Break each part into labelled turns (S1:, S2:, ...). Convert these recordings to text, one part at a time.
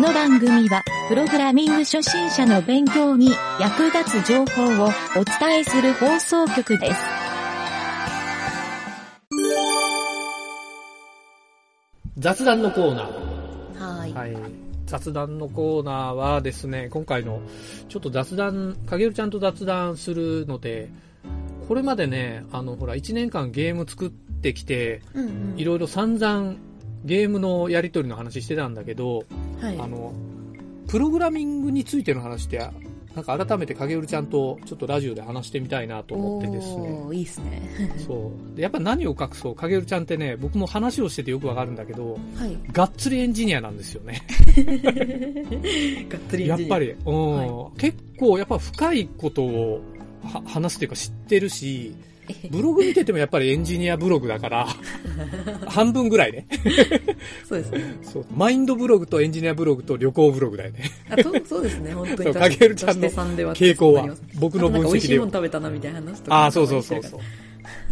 S1: の番組は、プログラミング初心者の勉強に役立つ情報をお伝えする放送局です。
S2: 雑談のコーナー。
S1: はい。
S2: はい。雑談のコーナーはですね、今回の、ちょっと雑談、かげるちゃんと雑談するので、これまでね、あの、ほら、1年間ゲーム作ってきて、
S1: うんうん
S2: いろいろ散々ゲームのやり取りの話してたんだけど、
S1: はい
S2: あの、プログラミングについての話って、なんか改めて影るちゃんとちょっとラジオで話してみたいなと思ってですね。
S1: おーいいですね。
S2: そう。でやっぱ何を隠そう、影るちゃんってね、僕も話をしててよくわかるんだけど、
S1: はい。
S2: がっつりエンジニアなんですよね。
S1: がっつ
S2: やっぱり。うん、
S1: は
S2: 結構やっぱ深いことをは 話すというか知ってるし、ブログ見ててもやっぱりエンジニアブログだから、半分ぐらいね。
S3: そうですね。
S2: そう。マインドブログとエンジニアブログと旅行ブログだよね。
S3: あとそうですね、本当
S2: そ
S3: に。
S2: うかけるちゃんの
S3: 足して三で割って
S2: 傾
S3: 三
S2: 向
S3: に
S2: は
S3: なりま。
S2: 僕
S3: す
S2: の
S3: あとなん
S2: 分
S3: か美味
S2: 析
S3: しい
S2: で
S3: も
S2: は
S3: ん。食べたなみたいな話とか。
S2: ああ、そうそうそうそう。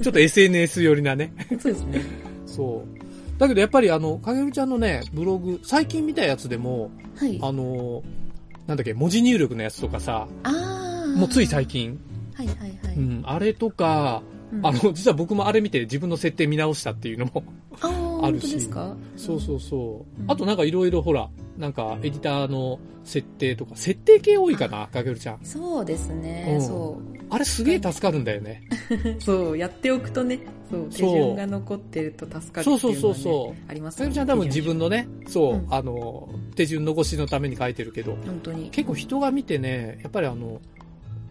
S2: ちょっと SNS 寄りなね。
S3: う。そうですね。
S2: そう。だけどやっぱりあの、かげるちゃんのね、ブログ、最近見たやつでも、
S1: はい。
S2: あの、なんだっけ、文字入力のやつとかさ、
S1: あー
S2: もうつい最近、
S1: はいはいはい。
S2: うん、あれとか、
S1: うん
S2: あの、実は僕もあれ見て自分の設定見直したっていうのも、
S1: あー
S2: あ
S1: 本
S2: る
S1: 当
S2: し
S1: ですか
S2: そうそうそう。
S1: うん
S2: あとなんかいろいろほら、なんかエディターの設定とか、設定系多いかな、かげるちゃん。
S1: そうです
S2: う
S1: ね、
S2: ん
S1: そ
S2: あれすげえ助かるんだよね。
S3: そう、やっておくとね、そう、手順が残ってると助かるっていうのは、ね。
S2: そうそうそうそう
S3: あります
S2: かげるちゃん多分自分のね、そう、
S3: うん
S2: あの、手順残しのために書いてるけど、
S3: 本当に。
S2: 結構人が見てね、やっぱりあの、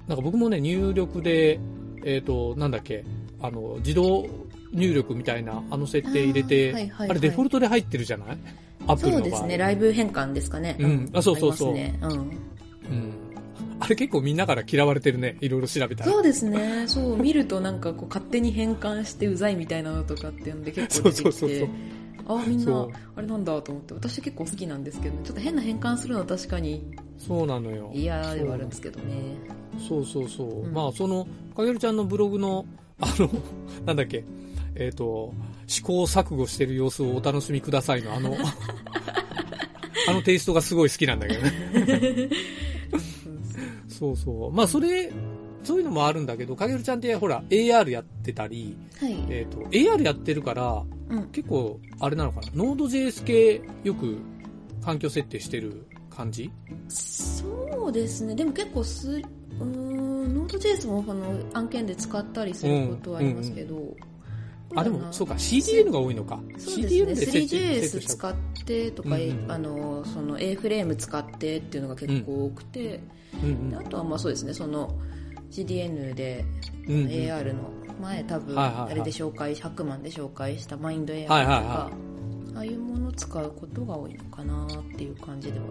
S2: なんか僕もね、入力で、えっ、と、なんだっけ、あの、自動入力みたいな、あの設定入れ
S1: あーはい
S2: て、
S1: はいはい
S2: あれデフォルトで入ってるじゃないアップ
S3: そ
S2: ルの
S3: う
S2: 場合。
S3: ですね、ライブ変換ですかね。
S2: うんあそうそうそう
S3: ありますね。
S2: うん。あれ結構みんなから嫌われてるね、いろいろ調べ
S3: うん。
S2: たら
S3: そ。うですね、そう、見るとなんかこう、勝手に変換してうざいみたいなのとかっていうので結構出てきて。
S2: そうそうそうそう
S3: あーみん
S2: そ
S3: な
S2: う、
S3: あれなんだと思って、私結構好きなんですけど、ちょっと変な変換するのは確かに
S2: そうなのよ。
S3: 嫌ではあるんですけどね。
S2: そうそうそう。
S3: うん
S2: まあ、その、かげるちゃんのブログの、 あの、なんだっけ、えっ、と、試行錯誤してる様子をお楽しみくださいの、あの、あのテイストがすごい好きなんだけどね。そうそう。まあ、それ、そういうのもあるんだけど、かげるちゃんってほら、AR やってたり、
S1: う。はい。
S2: えっ、と、AR やってるから、
S1: うん
S2: 結構、あれなのかな、Node.js 系よく環境設定してる感じ
S1: そうですね、でも結構す、うーん、ノート JS もこの案件で使ったりすることはありますけど、
S2: あ、で
S1: そうだ
S2: も、
S1: な
S2: そうか、CDN が多いのか。
S1: そうですね、
S2: セット
S1: 3JS
S2: した
S1: 使ってとか、
S2: うんうん
S1: あのその A フレーム使ってっていうのが結構多くて、
S2: うん
S1: であとはまあそうですねその CDN で
S2: うんうんうん
S1: AR の前多分
S2: はいはいは
S1: あ
S2: い
S1: れで紹介100万で紹介したマインド AR とか、
S2: はいはいは
S1: ああいうものを使うことが多いのかなっていう感じでは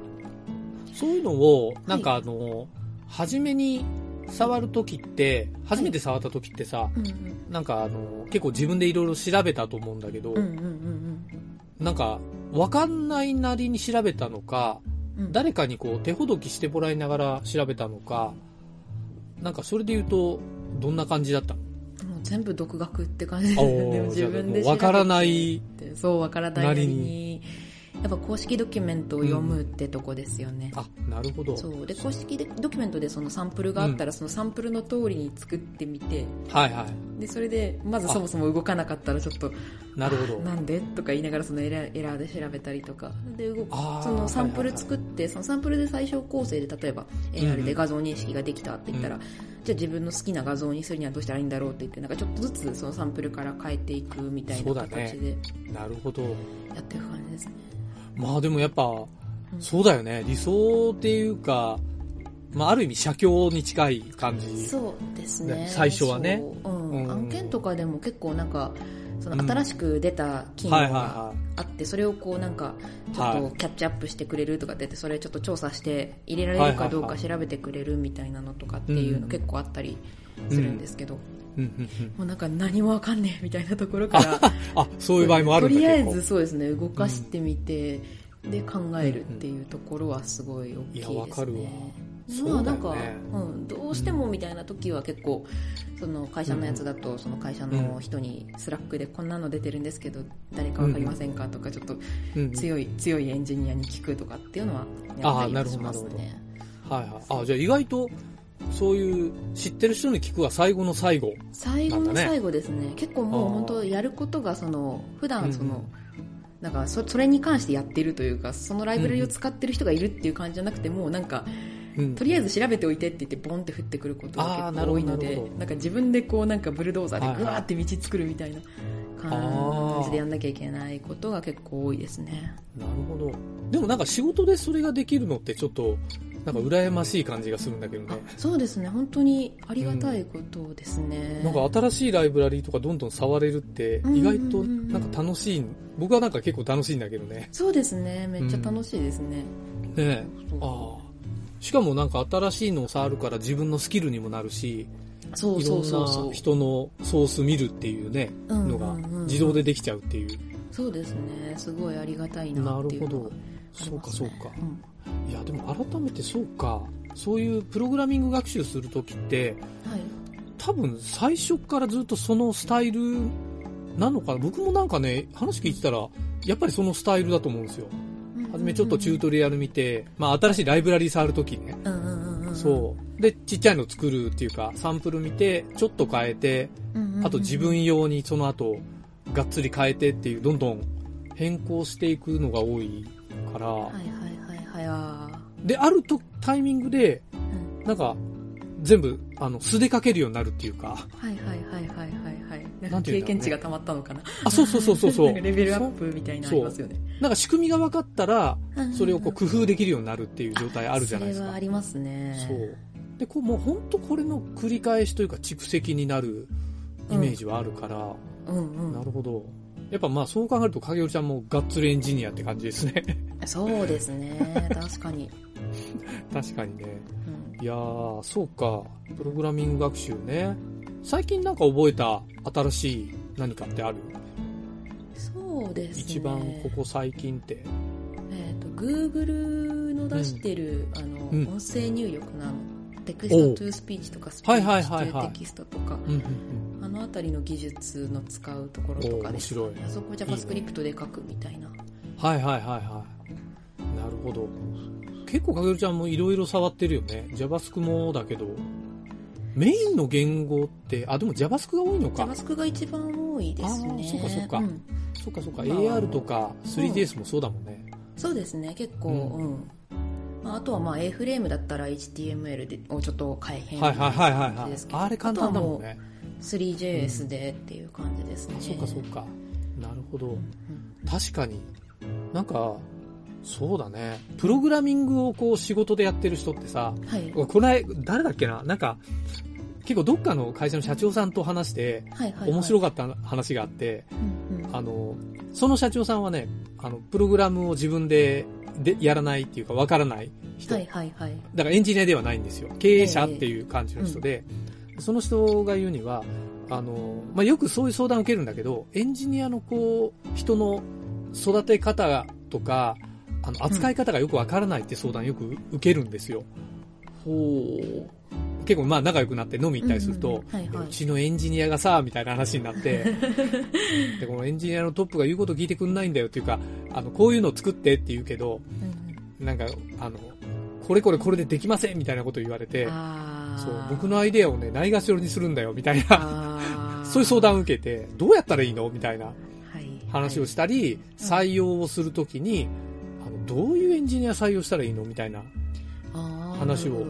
S2: そういうのを、なんかあの、初めに触るときって、初めて触ったときってさ、
S1: うんうん
S2: なんかあの、結構自分でいろいろ調べたと思うんだけど、
S1: うんうんうん
S2: なんか、わかんないなりに調べたのか、
S1: うん
S2: 誰かにこう手ほどきしてもらいながら調べたのか、なんかそれで言うと、どんな感じだったの
S3: もう全部独学って感じで
S2: おー
S3: も自分で
S2: じゃあもうわからない
S3: 調べてそうわからないなりにやっぱ公式ドキュメントを読むってとこですよね、
S2: あ、なるほど。
S3: そうで公式でドキュメントでそのサンプルがあったら、そのサンプルの通りに作ってみて
S2: はいはい。
S3: でそれでまずそもそも動かなかったらちょっと
S2: なるほど。
S3: なんでとか言いながらそのエラーエラーで調べたりとかで動く
S2: あー
S3: そのサンプル作って、そのサンプルで最小構成で例えば
S2: うん
S3: AR で画像認識ができたって言ったら、
S2: う
S3: じゃあ自分の好きな画像にするにはどうしたらいいんだろうって言ってなんかちょっとずつそのサンプルから変えていくみたい
S2: そう
S3: な
S2: だ
S3: 形
S2: ね
S3: で
S2: なるほど。
S3: やってる感じですね
S2: まあでもやっぱ、そうだよね。理想っていうか、まあある意味写経に近い感じ。
S3: そうです
S2: ね最初はね
S3: そううん
S2: うん
S3: 案件とかでも結構なんかそ
S2: うん
S3: の新しく出た機能
S2: はいはい
S3: が
S2: は
S3: あってそれをこうなんかちょっ
S2: はい
S3: とキャッチアップしてくれるとかって言ってそれちょっと調査して入れられるかどう
S2: は
S3: か
S2: いは
S3: 調べてくれるみたいなのとかっていう
S2: う
S3: の
S2: ん
S3: 結構あったりするんですけど、
S2: い。うんうんうん
S3: もうなんか何もわかんねえみたいなところから
S2: あ、 そういう場合もある
S3: と
S2: んだ
S3: りあえ
S2: 結
S3: ずそうですね動かしてみて、で考えるっていうところはすごい大きいですね
S2: いやわかるわそうだ
S3: ま
S2: よね
S3: あなんか、うん、どうしてもみたいな時は結構その会社のやつだとその会社の人にスラックでこんなの出てるんですけど誰かわかりませんかとかちょっと
S2: うんうん
S3: 強い強いエンジニアに聞くとかっていうのはやったりしますね。
S2: はいはい。あ、じゃあ意外と、そういう、知ってる人に聞くは最後の最後。
S3: 最後
S2: なん
S3: の
S2: だね
S3: 最後ですね結構もう本当やることがその普段その、
S2: うん
S3: なんかそそれに関してやってるというかそのライブラリを使ってる人がいるっていう感じじゃなくて、もうなんか
S2: うん
S3: と。りあえず調べておいてって言ってボンって降ってくること
S2: あー
S3: が結構
S2: なる
S3: 多
S2: ほど
S3: いの
S2: な
S3: で
S2: るほ
S3: な
S2: ど
S3: んか自分でこうなんかブルドーザー
S2: はいは
S3: で
S2: い
S3: ぐわーって道作るみたいな感じでやんなきゃいけないことが結構多いですね
S2: なるほど。でもなんか仕事でそれができるのってちょっと、なんか羨ましい感じがするんだけど
S3: あ
S2: ね。
S3: そうですね本当にありがたいことですね、
S2: なんか新しいライブラリーとかどんどん触れるって、意外となんか楽しい。僕はなんか結構楽しいんだけどね。
S3: そうですねめっちゃ楽しいですね、
S2: ねえ。
S3: そう
S2: ああ。しかもなんか新しいのを触るから自分のスキルにもなるし、
S3: そう
S2: い
S3: そ
S2: ろ
S3: うそうそ
S2: ん
S3: う
S2: な人のソース見るっていうね、
S3: うん
S2: のが
S3: うんうんうん
S2: 自動でできちゃうっていう。
S3: そうですねすごいありがたいな
S2: な
S3: っ
S2: る
S3: てい
S2: ほ
S3: うの
S2: ど
S3: が。
S2: そうか
S3: あります
S2: そう
S3: ね
S2: か。
S3: うん
S2: いや、でも改めてそうか。そういうプログラミング学習するときって、
S3: はい、
S2: 多分最初からずっとそのスタイルなのかな。僕もなんかね、話聞いてたら、やっぱりそのスタイルだと思うんですよ。はじめちょっとチュートリアル見て、まあ新しいライブラリー触るときね。
S3: うんうんうんうん
S2: そう。で、ちっちゃいの作るっていうか、サンプル見て、ちょっと変えて、
S3: うんうんうん
S2: あと自分用にその後、がっつり変えてっていう、どんどん変更していくのが多いから、
S3: はいはいはいはいあ
S2: で、あるとタイミングで、なんか、全部、あの、素で書けるようになるっていう か、
S3: ーはいはいはいはいはいはいなん
S2: な
S3: か
S2: んてい
S3: 経
S2: う
S3: 験
S2: んだろうね
S3: 値がたまったのかな
S2: あ、そうそうそうそうそう。
S3: なんかレベルアップみたいなのありますよね
S2: そうなんか仕組みが分かったら、
S3: うんうんうん
S2: それをこう工夫できるようになるっていう状態あるじゃないです
S3: それは
S2: か
S3: あ。りますね
S2: そう。で、こう、もう本当これの繰り返しというか蓄積になるイメージはあるから、
S3: うんうん
S2: なるほど。やっぱまあそう考えると影織ちゃんもがっつりエンジニアって感じで すね。
S3: そうですね確かに、
S2: 確かにね。
S3: うん
S2: いやー、そうか。プログラミング学習ね。最近なんか覚えた新しい何かってある
S3: そうですね
S2: 一番ここ最近って。
S3: えっ、と Google の出してる、あの、
S2: うん
S3: 音声入力のあのテクストトゥースピーチとかスピ
S2: はい
S3: ー
S2: はい
S3: チト
S2: はいはい
S3: ゥテキストとか、
S2: うんうんうん。
S3: あのあたりの技術の使うところとかですか
S2: おー面白い
S3: ねあそこを JavaScript で書くみたいな
S2: はいはいはいはい。なるほど。結構影織ちゃんもいろいろ触ってるよね。JavaScript もだけど。メインの言語って、あ、でも JavaScript が多いのか。
S3: JavaScript が一番多いですね
S2: あーそうかそうか
S3: ん
S2: そっかそっか。
S3: まあ
S2: AR とか 3DS もそうだもんね。
S3: そうですね結構、
S2: う
S3: うんんまあ、あとはまあ A フレームだったら HTML でをちょっと改変
S2: はいはいはいはい
S3: 感
S2: は
S3: じ
S2: い
S3: です。けど
S2: あれ簡単だもんね。
S3: 3JS でっていう感じですね、
S2: そうかそうか。なるほど。
S3: うん
S2: 確かに。なんか、そうだね。プログラミングをこう仕事でやってる人ってさ、
S3: はい
S2: この間、誰だっけななんか、結構どっかの会社の社長さんと話して、
S3: はいはいはい
S2: 面白かった話があって、
S3: うんうん
S2: あの、その社長さんはね、あの、プログラムを自分で、で、やらないっていうか、わからない人。
S3: はいはいはい
S2: だからエンジニアではないんですよ。経営者っていう感じの人で、その人が言うには、あの、まあ、よくそういう相談を受けるんだけど、エンジニアのこう、人の育て方とか、あの、扱い方がよくわからないって相談よく受けるんですよ。
S3: ほ
S2: 結構まあ仲良くなって飲み行ったりすると、う
S3: うんうんはいはいう
S2: ちのエンジニアがさ、みたいな話にな って、で、このエンジニアのトップが言うこと聞いてくんないんだよっていうか、あの、こういうの作ってって言うけど、
S3: う、うん
S2: なんか、あの、これこれこれでできませんみたいなこと言われて、
S3: あー
S2: そう、僕のアイデアをね、ないがしろにするんだよ、みたいな、
S3: あー
S2: そういう相談を受けて、どうやったらいいのみたいな
S3: はい
S2: 話を
S3: し
S2: したり、採用をするときに、あの、どういうエンジニア採用したらいいのみたいな、話を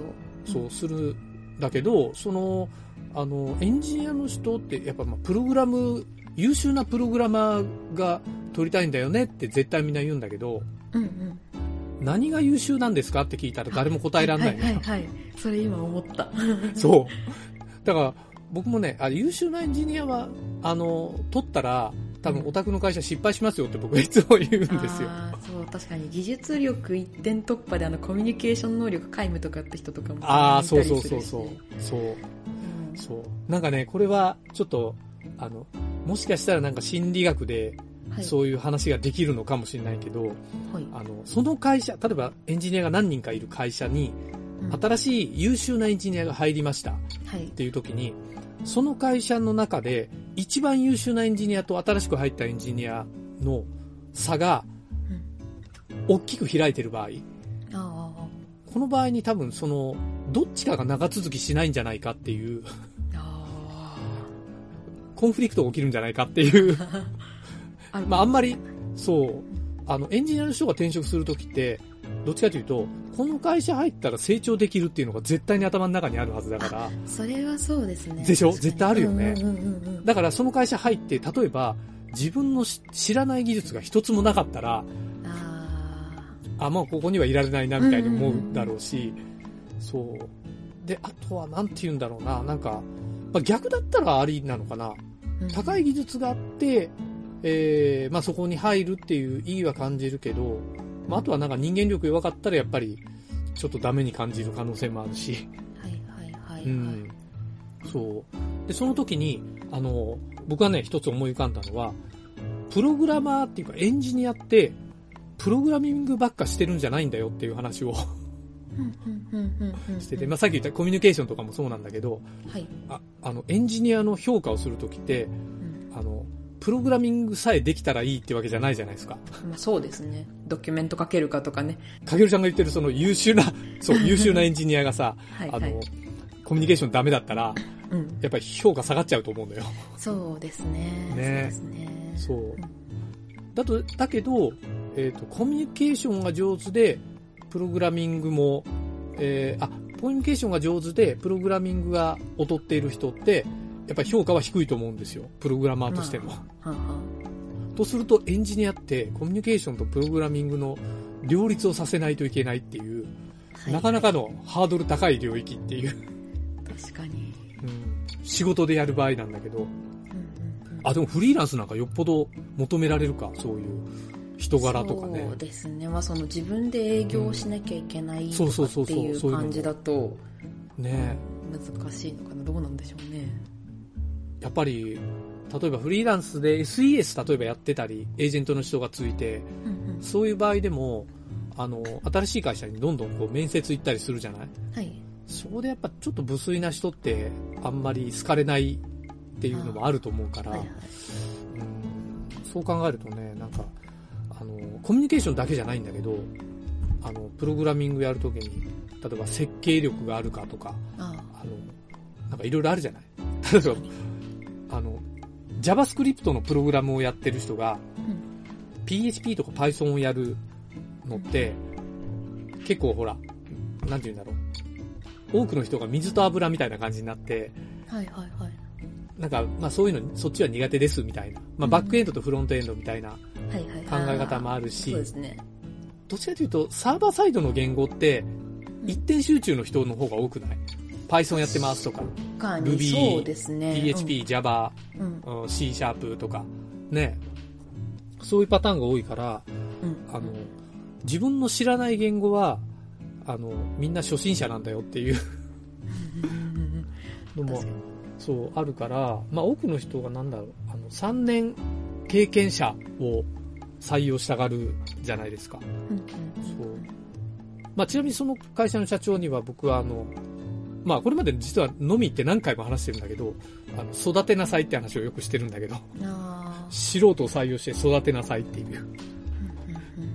S2: そううするんだけど、その、あの、エンジニアの人って、やっぱ、まあ、プログラム、優秀なプログラマーが取りたいんだよねって絶対みんな言うんだけど、
S3: うんうん
S2: 何が優秀なんですかって聞いたら誰も答えられないのよ
S3: はいはいはい、はい、それ今思った
S2: そう。だから、僕もね、あ優秀なエンジニアは、あの、取ったら、多分
S3: うん
S2: お宅の会社失敗しますよって僕はいつも言うんですよ。
S3: あーそう確かに技術力一点突破であのコミュニケーション能力皆無とかって人とかも
S2: ああ、
S3: い
S2: そ
S3: た
S2: う
S3: りす
S2: そ
S3: る
S2: う
S3: し
S2: そうそう。そう、
S3: うん
S2: そう。なんかね、これは、ちょっと、あの、もしかしたらなんか心理学で、
S3: はい
S2: そういう話ができるのかもしれないけど、
S3: はい
S2: あの、その会社、例えばエンジニアが何人かいる会社に、
S3: うん
S2: 新しい優秀なエンジニアが入りましたっ
S3: はい。
S2: ていう時に、その会社の中で一番優秀なエンジニアと新しく入ったエンジニアの差が大きく開いてる場合、
S3: ああ
S2: この場合に多分その、どっちかが長続きしないんじゃないかっていう、
S3: ああ。あ
S2: コンフリクトが起きるんじゃないかっていう、
S3: あ。ある
S2: まああんまり、そう、あの、エンジニアの人が転職するときって、どっちかというと、この会社入ったら成長できるっていうのが絶対に頭の中にあるはずだから、
S3: それはそうですね。
S2: でしょ
S3: 確かに
S2: 絶対あるよね
S3: うんうんうんうん。
S2: だからその会社入って、例えば、自分のし知らない技術が一つもなかったら、
S3: あ
S2: あ、まあここにはいられないなみたいに思うだろうし、そう。で、あとはなんて言うんだろうな、なんか、まあ、逆だったらありなのかな。
S3: あ。
S2: 高い技術があって、えーまあ、そこに入るっていう意義は感じるけど、まあ、あとはなんか人間力弱かったらやっぱりちょっとダメに感じる可能性もあるし、
S3: はいはいはいはい。
S2: うん、そうでその時にあの僕はね一つ思い浮かんだのはプログラマーっていうかエンジニアってプログラミングばっかしてるんじゃないんだよっていう話を
S3: うんうんうんうんうん。
S2: してて、まあ、さっき言ったコミュニケーションとかもそうなんだけど
S3: はい。
S2: ああのエンジニアの評価をする時って
S3: うん
S2: あのプログラミングさえできたらいいってわけじゃないじゃないですか。
S3: まあそうですね。ドキュメント書けるかとかね。
S2: かげるちゃんが言ってるその優秀な、 そう、優秀なエンジニアがさ、
S3: はい
S2: あ
S3: はい
S2: の。、コミュニケーションダメだったら、
S3: うん。
S2: やっぱり評価下がっちゃうと思うんだよ。
S3: そうですね。そうですね。
S2: そう。だと、だけど、えっ、と、コミュニケーションが上手で、プログラミングも、えーあ、コミュニケーションが上手で、プログラミングが劣っている人って、やっぱり評価は低いと思うんですよ。プログラマーとしても。
S3: はんはん
S2: とすると、エンジニアって、コミュニケーションとプログラミングの両立をさせないといけないっていう、
S3: はい
S2: なかなかのハードル高い領域っていう、
S3: 確かに。
S2: 仕事でやる場合なんだけど、
S3: うんうんうん
S2: あ、でもフリーランスなんかよっぽど求められるか、そういう人柄とかね
S3: そ。うですね。まあその自分で営業しなきゃいけない
S2: そ
S3: と
S2: うそ
S3: か
S2: うそう
S3: って
S2: そう
S3: い
S2: そう
S3: う
S2: いうのも
S3: 感じだと
S2: ね
S3: 難しいのかな。どうなんでしょうね。
S2: やっぱり、例えばフリーランスで SES 例えばやってたり、エージェントの人がついて、
S3: うんうん。
S2: そういう場合でも、あの、新しい会社にどんどんこう面接行ったりするじゃない
S3: はい。
S2: そこでやっぱちょっと無粋な人ってあんまり好かれないっていうのもあると思うから、
S3: はいはい。
S2: うんそう考えるとね、なんか、あの、コミュニケーションだけじゃないんだけど、あの、プログラミングやるときに、例えば設計力があるかとか、
S3: あ
S2: あの、なんかいろいろあるじゃない 例えば、あの、JavaScript のプログラムをやってる人が、
S3: ん
S2: PHP とか Python をやるのって、結構ほら、なんて言うんだろう。多くの人が水と油みたいな感じになって、
S3: あ。はいはいはい。
S2: なんか、まあそういうの、そっちは苦手ですみたいな。まあ
S3: うん
S2: バックエンドとフロントエンドみたいな
S3: はいはい。
S2: 考え方もあるし、
S3: そうですね。
S2: どっちかというと、サーバーサイドの言語って、一点集中の人の方が多くない ?Python やってますとか、
S3: 他
S2: Ruby
S3: に、そうですね。
S2: PHP、Java、
S3: うん。うん。
S2: うん C シャープとか、ね。そういうパターンが多いから、
S3: うん。
S2: あの、自分の知らない言語は、あの、みんな初心者なんだよっていう
S3: うん
S2: のも
S3: 確か、
S2: そう、あるから、まあ多くの人がなんだろう、あの、3年経験者を採用したがるじゃないですか。
S3: うん
S2: そう。まあ、ちなみにその会社の社長には僕はあの、まあ、これまで実は飲み行って何回も話してるんだけど、あの、育てなさいって話をよくしてるんだけど、
S3: うん。ああ。
S2: 素人を採用して育てなさいっていう、
S3: うんうんうん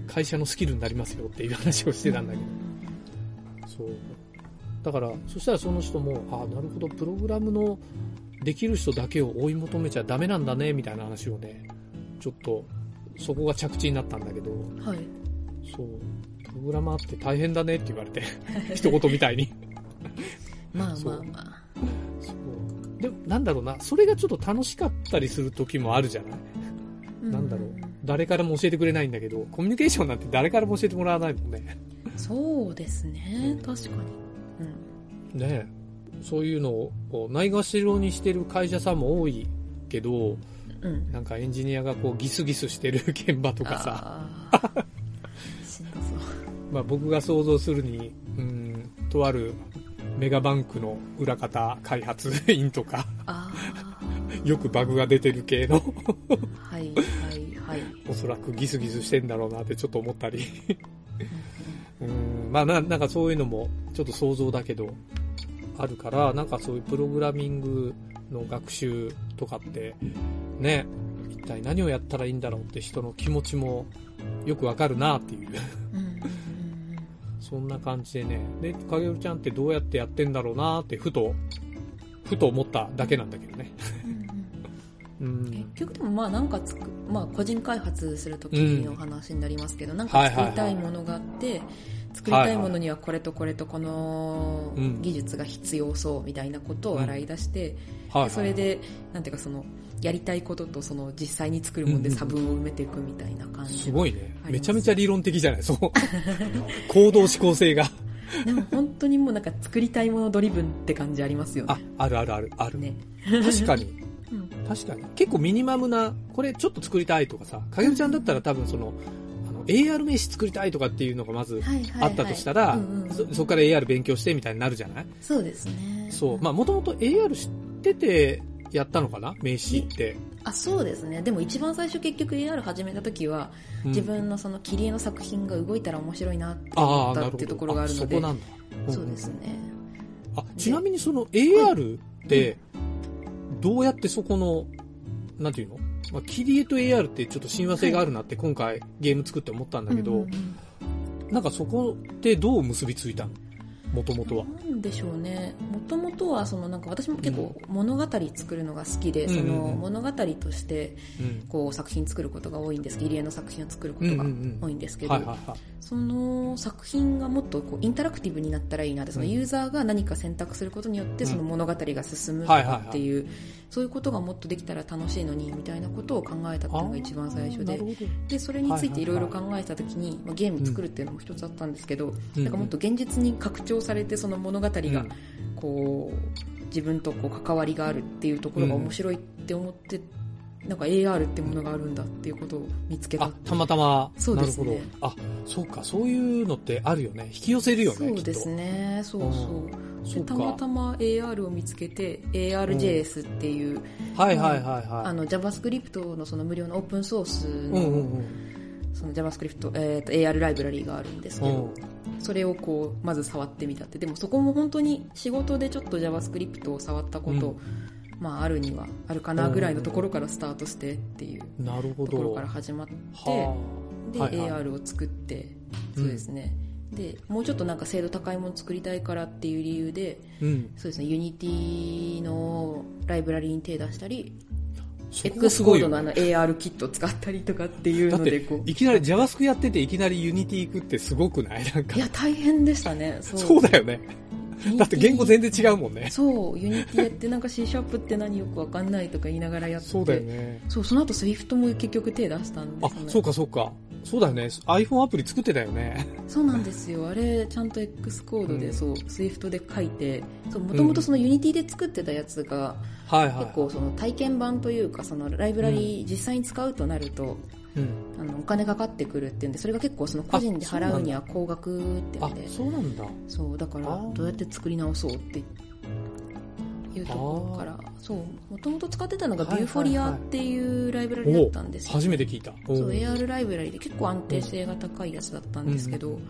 S2: 会社のスキルになりますよっていう話をしてたんだけど、そう。だから、そしたらその人も、ああ、なるほど、プログラムのできる人だけを追い求めちゃダメなんだね、みたいな話をね、ちょっと、そこが着地になったんだけど、
S3: はい。
S2: そう、プログラマーって大変だねって言われ て、一言みたいに。
S3: まあ
S2: そ
S3: まあ
S2: う
S3: まあ。
S2: そうでも、なんだろうな、それがちょっと楽しかったりする時もあるじゃないなんだろう誰からも教えてくれないんだけど、コミュニケーションなんて誰からも教えてもらわないもんね。
S3: そうですね
S2: う。ん
S3: 確かに。うん。
S2: ねえそういうのをこうないがしろにしてる会社さんも多いけど、
S3: うん。
S2: なんかエンジニアがこうギスギスしてる現場とかさ、
S3: ああ。しんどそう。
S2: まあ僕が想像するに、うん、とあるメガバンクの裏方開発員とか、
S3: あ
S2: よくバグが出てる系の、
S3: あ。はいはいはい。
S2: おそらくギスギスしてんだろうなってちょっと思ったり。うん、まあな、なんかそういうのも、ちょっと想像だけど、あるから、なんかそういうプログラミングの学習とかって、ね、一体何をやったらいいんだろうって人の気持ちもよくわかるなっていう、
S3: うんうん
S2: そんな感じでね。で、影るちゃんってどうやってやってんだろうなって、ふと、ふと思っただけなんだけどね。
S3: うんうん
S2: う
S3: 結
S2: ん。
S3: 局でもまあなんかつく、まあ、個人開発するときの話になりますけど、なんか作りたいものがあって、作りたいものにはこれとこれとこの
S2: うん
S3: 技術が必要そうみたいなことを洗い出して、
S2: はい、はい。
S3: それ、でなんていうかそのやりたいこととその実際に作るもので差分を埋めていくみたいな感じ、
S2: すごいね
S3: あ。ります
S2: めちゃめちゃ理論的じゃないそう。行動思考性 が。
S3: でも本当にもうなんか作りたいものドリブンって感じありますよ
S2: あ
S3: ね、
S2: あるあるある、ある。
S3: ね
S2: 確かに。
S3: うん
S2: 確かに。結構ミニマムな、これちょっと作りたいとかさ、影るちゃんだったら多分その、あの、AR 名詞作りたいとかっていうのがま
S1: は
S2: ず
S1: いはい
S2: あ
S1: はい、
S2: ったとしたら、
S3: うんうん
S2: そそこから AR 勉強してみたいになるじゃない
S1: そうですね
S2: そう。まあ、もともと AR 知っててやったのかな名詞って。
S3: あそうですねでも一番最初結局 AR 始めた時は
S2: うん
S3: 自分のその切り絵の作品が動いたら面白いなって
S2: あ
S3: 思
S2: あ、
S3: っ
S2: なる
S3: た
S2: ほ
S3: っ
S2: ど。
S3: ていうところがあるので
S2: そこなんだ。うん
S3: そうですね
S2: あ、ちなみにその AR って、どうやってそこの、なんていうのまあ、切り絵と AR ってちょっと親和性があるなって今回ゲーム作って思ったんだけど、
S3: うんうんうん
S2: なんかそこってどう結びついたのもともとは。
S3: なんでしょうねもともとはそのなんか私も結構物語作るのが好きで、
S2: うん
S3: その
S2: うんうん
S3: 物語として
S2: うん。
S3: こう作品作ることが多いんです切り絵の作品を作ることが多いんですけど、
S2: はいはいはい。
S3: その作品がもっとこうインタラクティブになったらいいなってその
S2: うん
S3: ユーザーが何か選択することによって
S2: うん
S3: その物語が進むと
S2: はいはいは
S3: か
S2: い
S3: っていうそういうことがもっとできたら楽しいのにみたいなことを考えたっていうのが一番最初
S2: な
S3: で
S2: るほど。
S3: でそれについていろいろ考えた時に、まあ、ゲー
S2: うん
S3: ム作るっていうのも一つあったんですけど、
S2: うん
S3: なんかもっと現実に拡張されてその物語
S2: うん
S3: がこう自分とこう関わりがあるっていうところが面白いって思って、なんか AR ってものがあるんだっていうことを見つけた
S2: あ、たまたま。
S3: そうですね
S2: なるほど。あ、そうか、そういうのってあるよね。引き寄せるよね、
S3: そうですねそうそう
S2: きっと。そ
S3: で
S2: うか。
S3: たまたま AR を見つけて ARJS っていう、
S2: はいはいはい
S3: あ
S2: は
S3: の JavaScript のその無料のオープンソース
S2: い。うん
S3: の,、
S2: うんうん。
S3: その JavaScript、えー、と AR ライブラリーがあるんですけ
S2: う
S3: ど、
S2: ん
S3: それをこうまず触ってみたってでもそこも本当に仕事でちょっと JavaScript を触ったこと、
S2: うん
S3: まあ、あるにはあるかなぐらいのところからスタートしてっていう
S2: なるほ
S3: ところ
S2: ど。
S3: から始まってで、
S2: はいはい
S3: AR を作って
S2: うん
S3: そうですね、でもうちょっとなんか精度高いもの作りたいからっていう理由で
S2: うん。
S3: そうですね Unity のライブラリに手出したり
S2: そこがす
S3: X コ
S2: ごい
S3: ード
S2: よ
S3: の
S2: ね。
S3: あの AR キットを使ったりとかっていう
S2: だっ
S3: ので
S2: て
S3: こ、う
S2: いきなり JavaScript やってて、いきなり Unity 行くってすごく ないなんか
S3: い。や大変でしたねそう
S2: そうだよね。
S3: Unity
S2: だって言語全然違うもんね。
S3: そう、ユニティやってなんか C シャープって何よくわかんないとか言いながらやって。
S2: そうだよね。
S3: そう。その後 Swift も結局手出したんで
S2: あ
S3: す、ね。
S2: そうかそうか。そうだよね。iPhone アプリ作ってたよね。
S3: そうなんですよ。あれ、ちゃんと X コードで、
S2: うん
S3: そう、Swift で書いて、そう、もともとそのユニティで作ってたやつが、
S2: はいはい。
S3: 結構その体験版というか、そのライブラリー実際に使うとなると、
S2: うん。
S3: あの、お金かかってくるっていうんで、それが結構その個人で払うには高額っていうん
S2: あ
S3: で、、
S2: そうなんだ。
S3: そう、だから
S2: あー
S3: どうやって作り直そうっていうところから、そう、もともと使ってたのがビューフォリアっていうライブラリだったんですよ。
S2: 初めて聞いた。
S3: そう、
S2: お
S3: AR ライブラリで結構安定性が高いやつだったんですけど、
S2: うん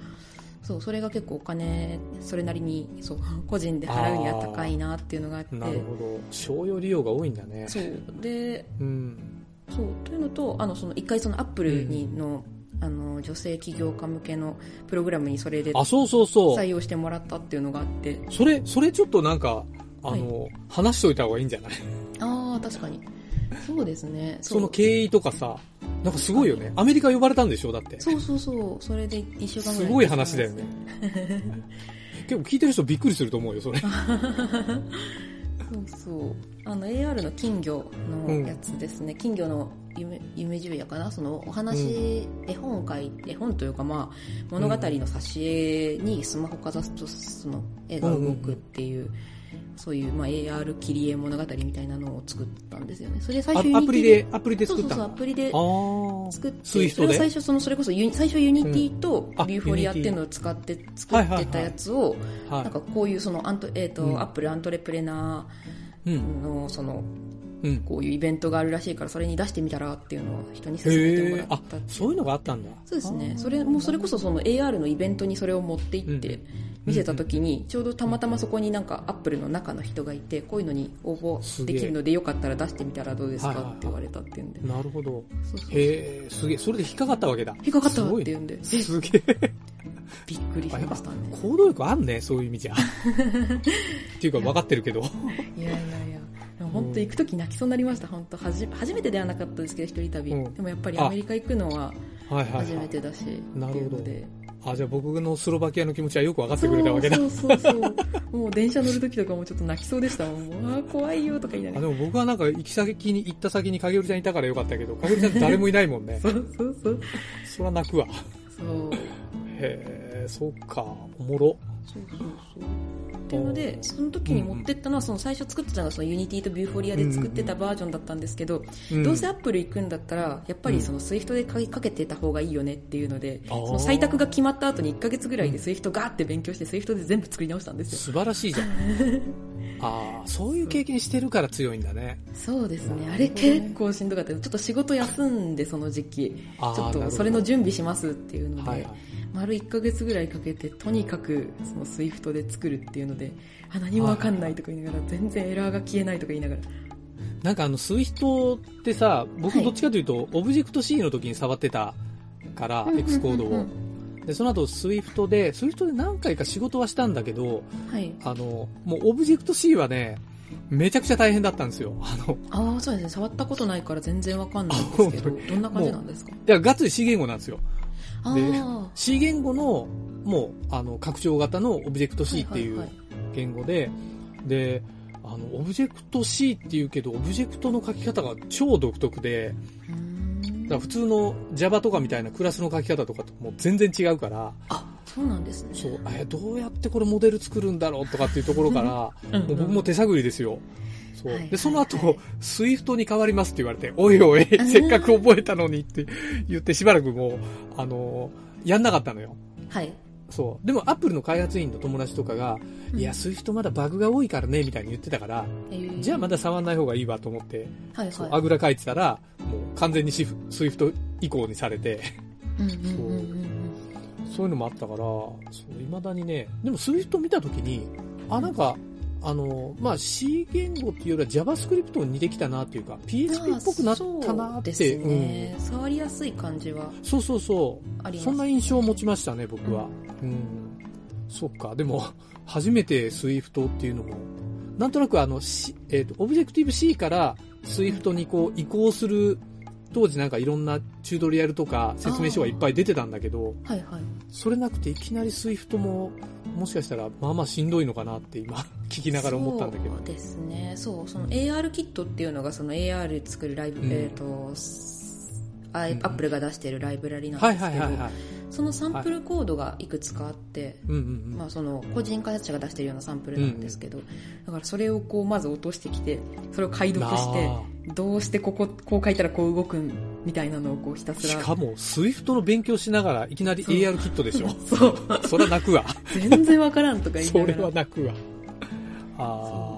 S3: そう、それが結構お金、それなりに、そう、 個人で払うには高いなっていうのがあって、
S2: なるほど。商用利用が多いんだね。
S3: そう、で、
S2: うん。
S3: そう、というのと、あの、その一回そのアップルにの、あの、女性起業家向けのプログラムにそれで
S2: あ、そうそうそう
S3: 採。用してもらったっていうのがあって、
S2: それ、それちょっとなんか、あの、話しといた方がいいんじゃない
S3: ああ、確かに。そうですね。
S2: そうの経緯とかさ、なんかすごいよね。アメリカ呼ばれたんでしょだって。
S3: そうそうそう、それで一週間ぐらい。
S2: すごい話だよね。。 結構聞いてる人びっくりすると思うよ、それ。
S3: そうそう。あの、AR の金魚のやつですね。金魚の夢、夢十夜かなそのお話、絵本書い絵本というかまあ、物語の挿絵にスマホかざすと、その絵が動くっていう、そういう、まあ、AR 切り絵物語みたいなのを作ったんですよね。それ最初
S2: あアプリで、アプリで
S3: ユニティで、そう
S2: 作っ
S3: そうそ
S2: た
S3: う、
S2: の。
S3: アプリで
S2: あ
S3: 作って、
S2: スイフ
S3: そ
S2: ト
S3: れ
S2: で
S3: は最初、その、それこそユニ、最初ユニティと
S2: うんあ
S3: ビューフォリアっていうのを使って作
S2: はいは
S3: って
S2: いは
S3: た
S2: い
S3: やつを、
S2: あ。は
S3: なんかこういうそのアント、えっ、と、
S2: うん
S3: アップルアントレプレナ
S2: い。う
S3: ー
S2: ん。
S3: の、その、
S2: うん。
S3: こういうイベントがあるらしいからそれに出してみたらっていうのを人に勧めてもら
S2: あ
S3: ったっていう
S2: そういうのがあったんだ。
S3: そうですねそれもうそれこそその AR のイベントにそれを持って行っ
S2: う
S3: て
S2: ん
S3: 見せた時にちょうどたまたまそこになんかアップルの中の人がいてこういうのに応募できるのでよかったら出してみたらどうですか
S2: はいはい
S3: っ
S2: はい
S3: て言われたっていうんで
S2: なるほど。
S3: そうそう
S2: へえ、すげえ。それで引っかかったわけだ。
S3: 引っかかったわっていうんです
S2: げえ。
S3: びっくりしましたね
S2: 行動力あんね、そういう意 味じゃ。っていうか分かってるけど。
S3: いやいやいやでも本当行く時泣きそうになりました本当はじ初めてではなかったですけど一人旅、
S2: うん
S3: でもやっぱりアメリカ行くのは
S2: はいはい、はい。
S3: 初めてだしって
S2: なる
S3: い
S2: ほ
S3: う
S2: ど
S3: ので
S2: あ、じゃあ僕のスロバキアの気持ちはよく分かって
S3: そ
S2: くれたわ
S3: う
S2: けだ。
S3: そうそうそうもう電車乗る時とかもちょっと泣きそうでしたもんもうあー怖いよとか言いなが
S2: あ
S3: ら
S2: でも僕はなんか行き先に行った先に影織ちゃんいたからよかったけど、影織ちゃんって誰もいないもんね。
S3: そうそうそう
S2: そら泣くわ。
S3: そう
S2: へえ、そっか、おもろ。
S3: そうそうそうっていうのでその時に持ってったのはその最初作ってたのはそのユニティとビューフォリアで作ってたバージョンだったんですけど、
S2: ん
S3: どうせアップル行くんだったらやっぱりそのスイフトで鍵かけてた方がいいよねっていうので、
S2: あー
S3: その採択が決まった後に1ヶ月ぐらいでスイフトガーって勉強してスイフトで全部作り直したんですよ
S2: 素晴らし いじゃん。ああ、そういう経験してるから強いんだね。
S3: そうですねあれ結構しんどかったですちょっと仕事休んでその時期
S2: あー
S3: ちょっ
S2: なる
S3: と
S2: ほど
S3: それの準備しますっていうので、
S2: はいはい。
S3: 丸1ヶ月ぐらいかけてとにかくそのスイフトで作るっていうのであ何もわかんないとか言いながら全然エラーが消えないとか言いながら
S2: なんかあの、スイヒトってさ、僕
S3: はい
S2: どっちかというと、オブジェクト C の時に触ってたから、
S3: うんうんうんうん
S2: X コードを。で、その後、スイフトで、スイフトで何回か仕事はしたんだけど、
S3: はい
S2: あの、もうオブジェクト C はね、めちゃくちゃ大変だったんですよ。 あの、
S3: ああそうですね触ったことないから全然わかんないんですけど
S2: あ本
S3: どんな感じなんですか
S2: いや、ガッツリ C 言語なんですよ。
S3: ああ
S2: C 言語の、もう、あの、拡張型のオブジェクト C って
S3: は
S2: いう
S3: いはい
S2: 言語で、で、あの、オブジェクト C っていうけど、オブジェクトの書き方が超独特で、
S3: はい、うーん
S2: だから普通の Java とかみたいなクラスの書き方とかともう全然違うから、
S3: あそうなんですね
S2: そう、えーどうやってこれモデル作るんだろうとかっていうとこ ろから、も
S3: うんうん
S2: う僕も手探りですよ。そ
S3: はいうはいは
S2: で、
S3: い
S2: その後、スイフトに変わりますって言われて、おいおい、せっかく覚えたのにって言ってしばらくもう、あのーやんなかったのよ。
S3: はい
S2: そう。でも、アップルの開発員の友達とかが、
S3: うん
S2: いや、スイフトまだバグが多いからね、みたいに言ってたから、
S3: えー
S2: じゃあまだ触んない方がいいわと思って、
S3: はい
S2: そう、
S3: は
S2: あぐらかいてたら、もう完全にシフスイフト以降にされて、
S3: いうんうんうんうんうん
S2: そういうのもあったから、そう、未だにね、でもスイフト見たときに、あ、なんか、あの、まあ、C 言語っていうよりは JavaScript に似てきたなっていうか、PHP っぽくなったな
S3: そう
S2: って。
S3: ですね、触りやすい感じは
S2: うんそうそうそう。
S3: あります
S2: そんな印象を持ちましたね、僕は。うん。そっか。でも、 初めてスイフトっていうのも、なんとなくあの、C- えっ、と、オブジェクティブ C からスイフトにこう移行する、当時なんかいろんなチュートリアルとか説明書がいっぱい出てたんだけど、
S3: はいはい
S2: それなくていきなりスイフトももしかしたらまあまあしんどいのかなって今 聞きながら思ったんだけど
S3: そうですねそうその AR キットっていうのがその AR で作るライブ、
S2: うん
S3: えっ、とすあア
S2: うんうん
S3: ップルが出してるライブラリなん
S2: は
S3: で
S2: い
S3: すけど、
S2: はいはいはい
S3: そのサンプルコードがいくつかあって、
S2: うんうん
S3: まあ、その個人開発者が出してるようなサンプルなんですけど、だからそれをこうまず落としてきてそれを解
S2: うん
S3: 読
S2: な
S3: して
S2: あ
S3: どうしてこここう書いたらこう動くんみたいなのをこうひたす
S2: し
S3: ら
S2: かもスイフトの勉強しながらいきなり
S3: そう
S2: AR キット でしょ
S3: そう
S2: それは泣くわ
S3: 全然わからんとか言いな
S2: そ
S3: が
S2: れ
S3: ら
S2: は泣くわああ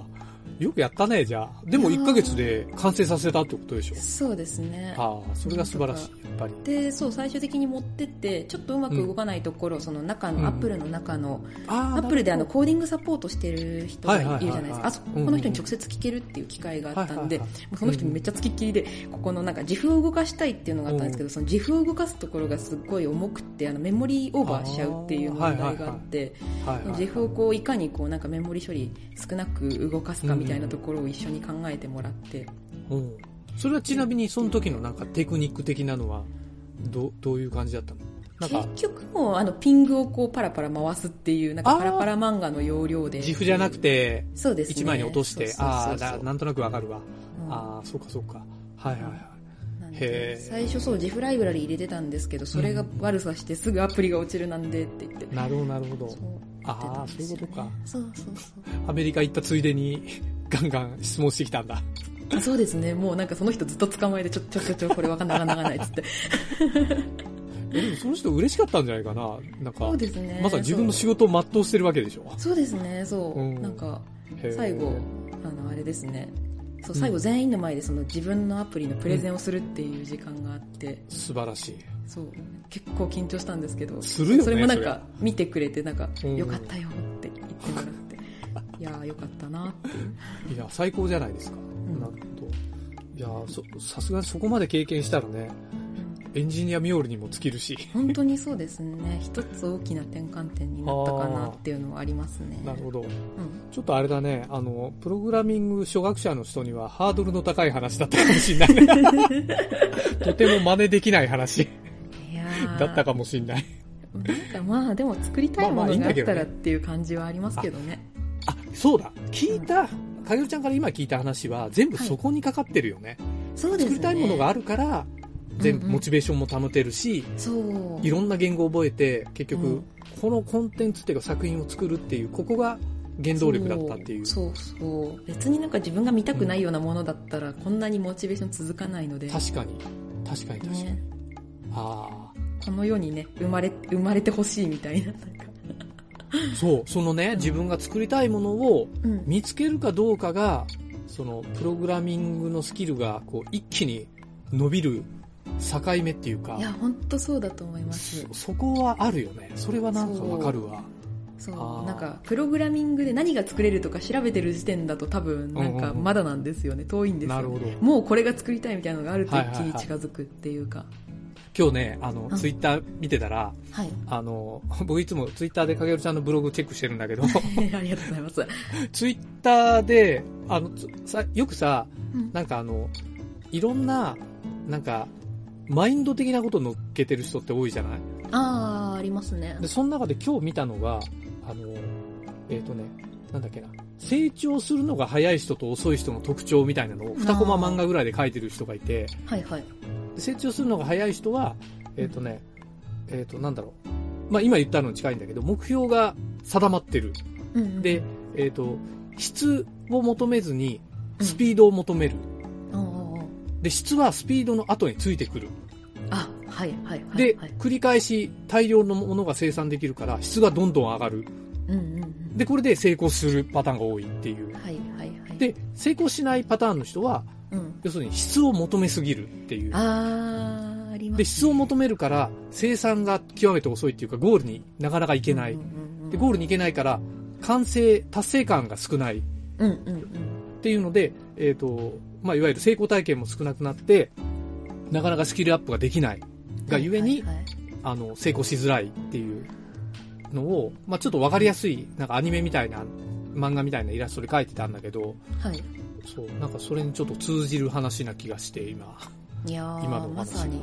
S2: よくやったねじゃあでも
S3: いやー
S2: 1ヶ月で完成させたってことでしょ
S3: そうですね
S2: ああそれが素晴らしいやっぱり
S3: でそう最終的に持ってってちょっとうまく動かないところ、その中
S2: うん
S3: のアップルの中の、
S2: あ
S3: アップルであの
S2: こ
S3: コーディングサポートしてる人がいるじゃないで
S2: はいはいは
S3: す
S2: いはい
S3: かあそこの人に直接聞けるっていう機会があったんで、
S2: うんうんはいはいはい
S3: もうその人にめっちゃつきっきりでここのなんか自負を動かしたいっていうのがあったんですけど、その自負を動かすところがすっごい重くてあのメモリーオーバーしちゃうっていう問題があって
S2: はい
S3: その
S2: はい
S3: 自負をこういかにこうなんかメモリ処理少なく動かすかみたいなところを一緒に考えてもらって。
S2: うんそれはちなみにその時のなんかテクニック的なのはどどういう感じだったのなんか
S3: 結局もうあのピングをこうパラパラ回すっていうなん
S2: あ
S3: か
S2: ー
S3: パラパラ漫画の要領で
S2: 自負じゃなくて
S3: そうです、ね、
S2: 一枚に落として、
S3: そう
S2: あ
S3: そ
S2: あ
S3: うそう
S2: だなんとなくわかるわ、
S3: うん
S2: ああそうかそうかはいはいはい、
S3: なん
S2: へ
S3: で
S2: ー
S3: 最初そう自負ライブラリ入れてたんですけどそれが悪さしてすぐアプリが落ちるなんでって言って、
S2: なるほどなるほど
S3: そうやって
S2: あ
S3: た
S2: あ
S3: ん
S2: そう
S3: です
S2: い
S3: よ
S2: うことか
S3: ねそうそうそう
S2: アメリカ行ったついでに ガンガン質問してきたんだ
S3: あそうですねもうなんかその人ずっと捕まえてちょちょちょちょこれわかんないわかんないわかん ないっつって
S2: えでもその人嬉しかったんじゃないかななんか
S3: そうですね
S2: まさに自分の
S3: そう
S2: 仕事を全うしてるわけでしょ
S3: そうですねそう、
S2: うん
S3: なんか
S2: へー
S3: 最後あのあれですねそう最後全員の前でその自分のアプリのプレゼンをするっていう時間があって、
S2: 素晴らしい。
S3: そう結構緊張したんですけど
S2: するよね
S3: それもなんか見てくれてなんか、
S2: うん
S3: よかったよって言ってもらっていやーよかったなって
S2: いや、最高じゃないですか。
S3: ん
S2: なんかと。いや、そ、さすがにそこまで経験したらね、エンジニアミオールにも尽きるし。
S3: 本当にそうですね一つ大きな転換点になったかなっていうのはありますね
S2: なるほど。
S3: うん
S2: ちょっとあれだね、あの、プログラミング初学者の人にはハードルの高い話だったかもしれ ない。とても真似できない話
S3: いやー
S2: だったかもしれない。
S3: なんかまあでも作りたい
S2: まあ
S3: も
S2: まあ
S3: のがあっ
S2: いいんだ
S3: た
S2: け
S3: ら
S2: ど
S3: っ
S2: ね
S3: ていう感じはありますけどね
S2: あ、そうだ。聞いた、かよりちゃんから今聞いた話は全部そこにかかってるよね。
S3: そうですね
S2: 作りたいものがあるから、全部
S3: うんうん
S2: モチベーションも保てるし、
S3: そう
S2: いろんな言語を覚えて、結局、
S3: うん
S2: このコンテンツっていうか作品を作るっていう、ここが原動力だったっていう。
S3: そうそうそう別になんか自分が見たくないようなものだったらこんなにモチベーション続かないので
S2: 確かに。確かに確かに。
S3: ね
S2: あ
S3: この世にね生まれ生まれてほしいみたいななんか、
S2: あ。そう、そのね、自分が作りたいものを
S3: うん、
S2: 見つけるかどうかが、その、プログラミングのスキルが、こう、一気に伸びる境目っていうか
S3: い、や本当そうだと思います
S2: そそこはあるよね。それはなんかわかるわ。
S3: そ
S2: あー
S3: うなんかプログラミングで何が作れるとか調べてる時点だと多分なん
S2: うんう
S3: か
S2: んうん
S3: まだなんですよね遠いんですよ
S2: なるほど。
S3: もうこれが作りたいみたいなのがあると
S2: はい
S3: 一
S2: はい
S3: 気
S2: はい
S3: に近づくっていうか
S2: 今日ね、あの
S3: う、ん
S2: ツイッター見てたら、
S3: はい、
S2: あの、 僕いつもツイッターでかげるちゃんのブログチェックしてるんだけど、
S3: ありがとうございます
S2: ツイッターで、あの、つさ、よくさ、
S3: うん
S2: なんかあの、いろんな、なんか、マインド的なこと乗っけてる人って多いじゃない
S3: ああありますね
S2: で、その中で今日見たのが、あの、えっ、とね、なんだっけな、成長するのが早い人と遅い人の特徴みたいなのを2コマ漫画ぐらいで書いてる人がいて、
S3: はいはい
S2: で成長するのが早い人は、えっ、とね、えっ、と、なんだろう。まあ、今言ったのに近いんだけど、目標が定まってる。
S3: うんうん
S2: で、えっ、と、質を求めずに、
S3: うん
S2: スピードを求める。
S3: あー
S2: で、質はスピードの後についてくる。
S3: あはいはいはい
S2: で
S3: はい、
S2: 繰り返し大量のものが生産できるから、質がどんどん上がる。
S3: うんうんうん
S2: で、これで成功するパターンが多いっていう。
S3: はいはいはい
S2: で、成功しないパターンの人は、
S3: うん、
S2: 要するに質を求めすぎるっていう。
S3: ああありますね
S2: で、質を求めるから、生産が極めて遅いっていうか、ゴールになかなかいけない。
S3: うんうんうん
S2: で、ゴールに行けないから、完成、達成感が少ないっ
S3: うんうんうん
S2: ていうので、えっ、と、まあ、いわゆる成功体験も少なくなって、なかなかスキルアップができない。がゆえ
S3: はい
S2: に、
S3: はいはい
S2: あの、成功しづらいっていうのを、まあ、ちょっとわかりやすい、なんかアニメみたいな、漫画みたいなイラストで書いてたんだけど、
S3: はい
S2: そう、なんかそれにちょっと通じる話な気がして、今。
S3: いやー
S2: 今のお話
S3: まさに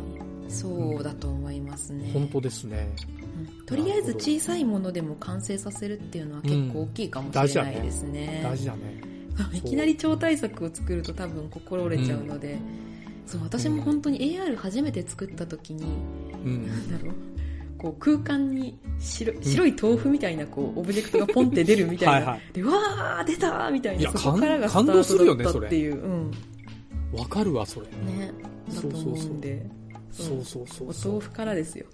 S3: そうだと思いますね、
S2: 本当ですね。
S3: うんとりあえず小さいものでも完成させるっていうのは結構大きいかも
S2: うん大
S3: し
S2: 事
S3: れ
S2: だ
S3: な
S2: ね
S3: いですね,、
S2: 大事だね。
S3: いきなり超大作を作ると多分心折れちゃうので、そう私も本当に AR 初めて作った時に、
S2: うん。
S3: なんだろうこう空間に白白い豆腐みたいなこうオブジェクトがポンって出るみたいな
S2: はいはい
S3: でうわー出たーみたいない
S2: や
S3: そこからがスタ
S2: 感感動するよ
S3: ート
S2: ね
S3: だったっていう、うん
S2: わかるわ、それ。
S3: ね、だと思うんで
S2: そうそうそう
S3: お
S2: そう
S3: 豆。腐からですよ、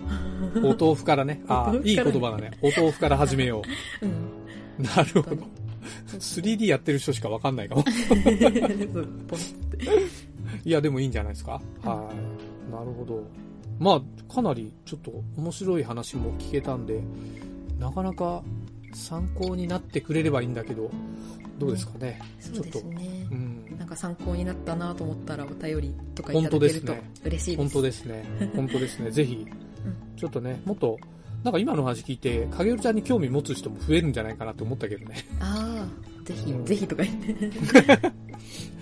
S2: お豆腐からね。ああ、いい言葉だね。お豆腐から始めよ
S3: うん
S2: う。なるほ
S3: 本
S2: ど。
S3: 当に
S2: 3D やってる人しかわかんない かも。
S3: そうポンって
S2: いや、でもいいんじゃないですか。
S3: うん
S2: はい。なるほど。まあ、かなりちょっと面白い話も聞けたんで、なかなか参考になってくれればいいんだけど、どうですかね。
S3: そうで
S2: ちょ
S3: す
S2: っと、
S3: ね
S2: うん。
S3: なんか参考になったなと思ったらお便りとかいただけると
S2: 本当です
S3: 嬉しいで
S2: 本
S3: す
S2: 当ですね。本当ですね。ぜひ
S3: うん、
S2: ちょっとね、もっと、なんか今の話聞いて、影るちゃんに興味持つ人も増えるんじゃないかなって思ったけどね。
S3: ああぜひ、
S2: うん
S3: ぜひとか言って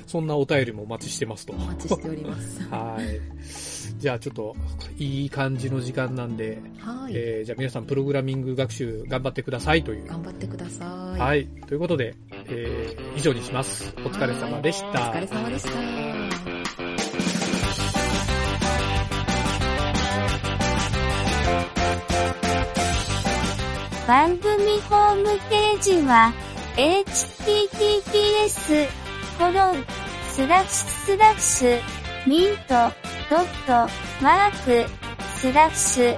S2: そんなお便りもお待ちしてますと。
S3: お待ちしております
S2: はい。じゃあちょっと、いい感じの時間なんで、
S3: はい、
S2: えーじゃあ皆さんプログラミング学習頑張ってくださいという。
S3: 頑張ってください、
S2: はい。ということで、えー以上にします。お疲れ様でした。
S3: お疲れ様でした
S4: 番組ホームページは、https, コロン、スラッシュスラッシュ、ミント、ドット、マーク、スラッシュ、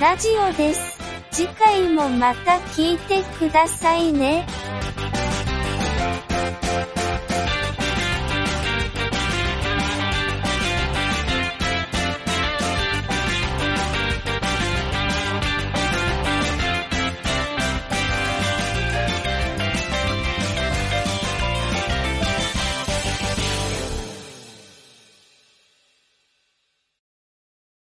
S4: ラジオです。次回もまた聞いてくださいね。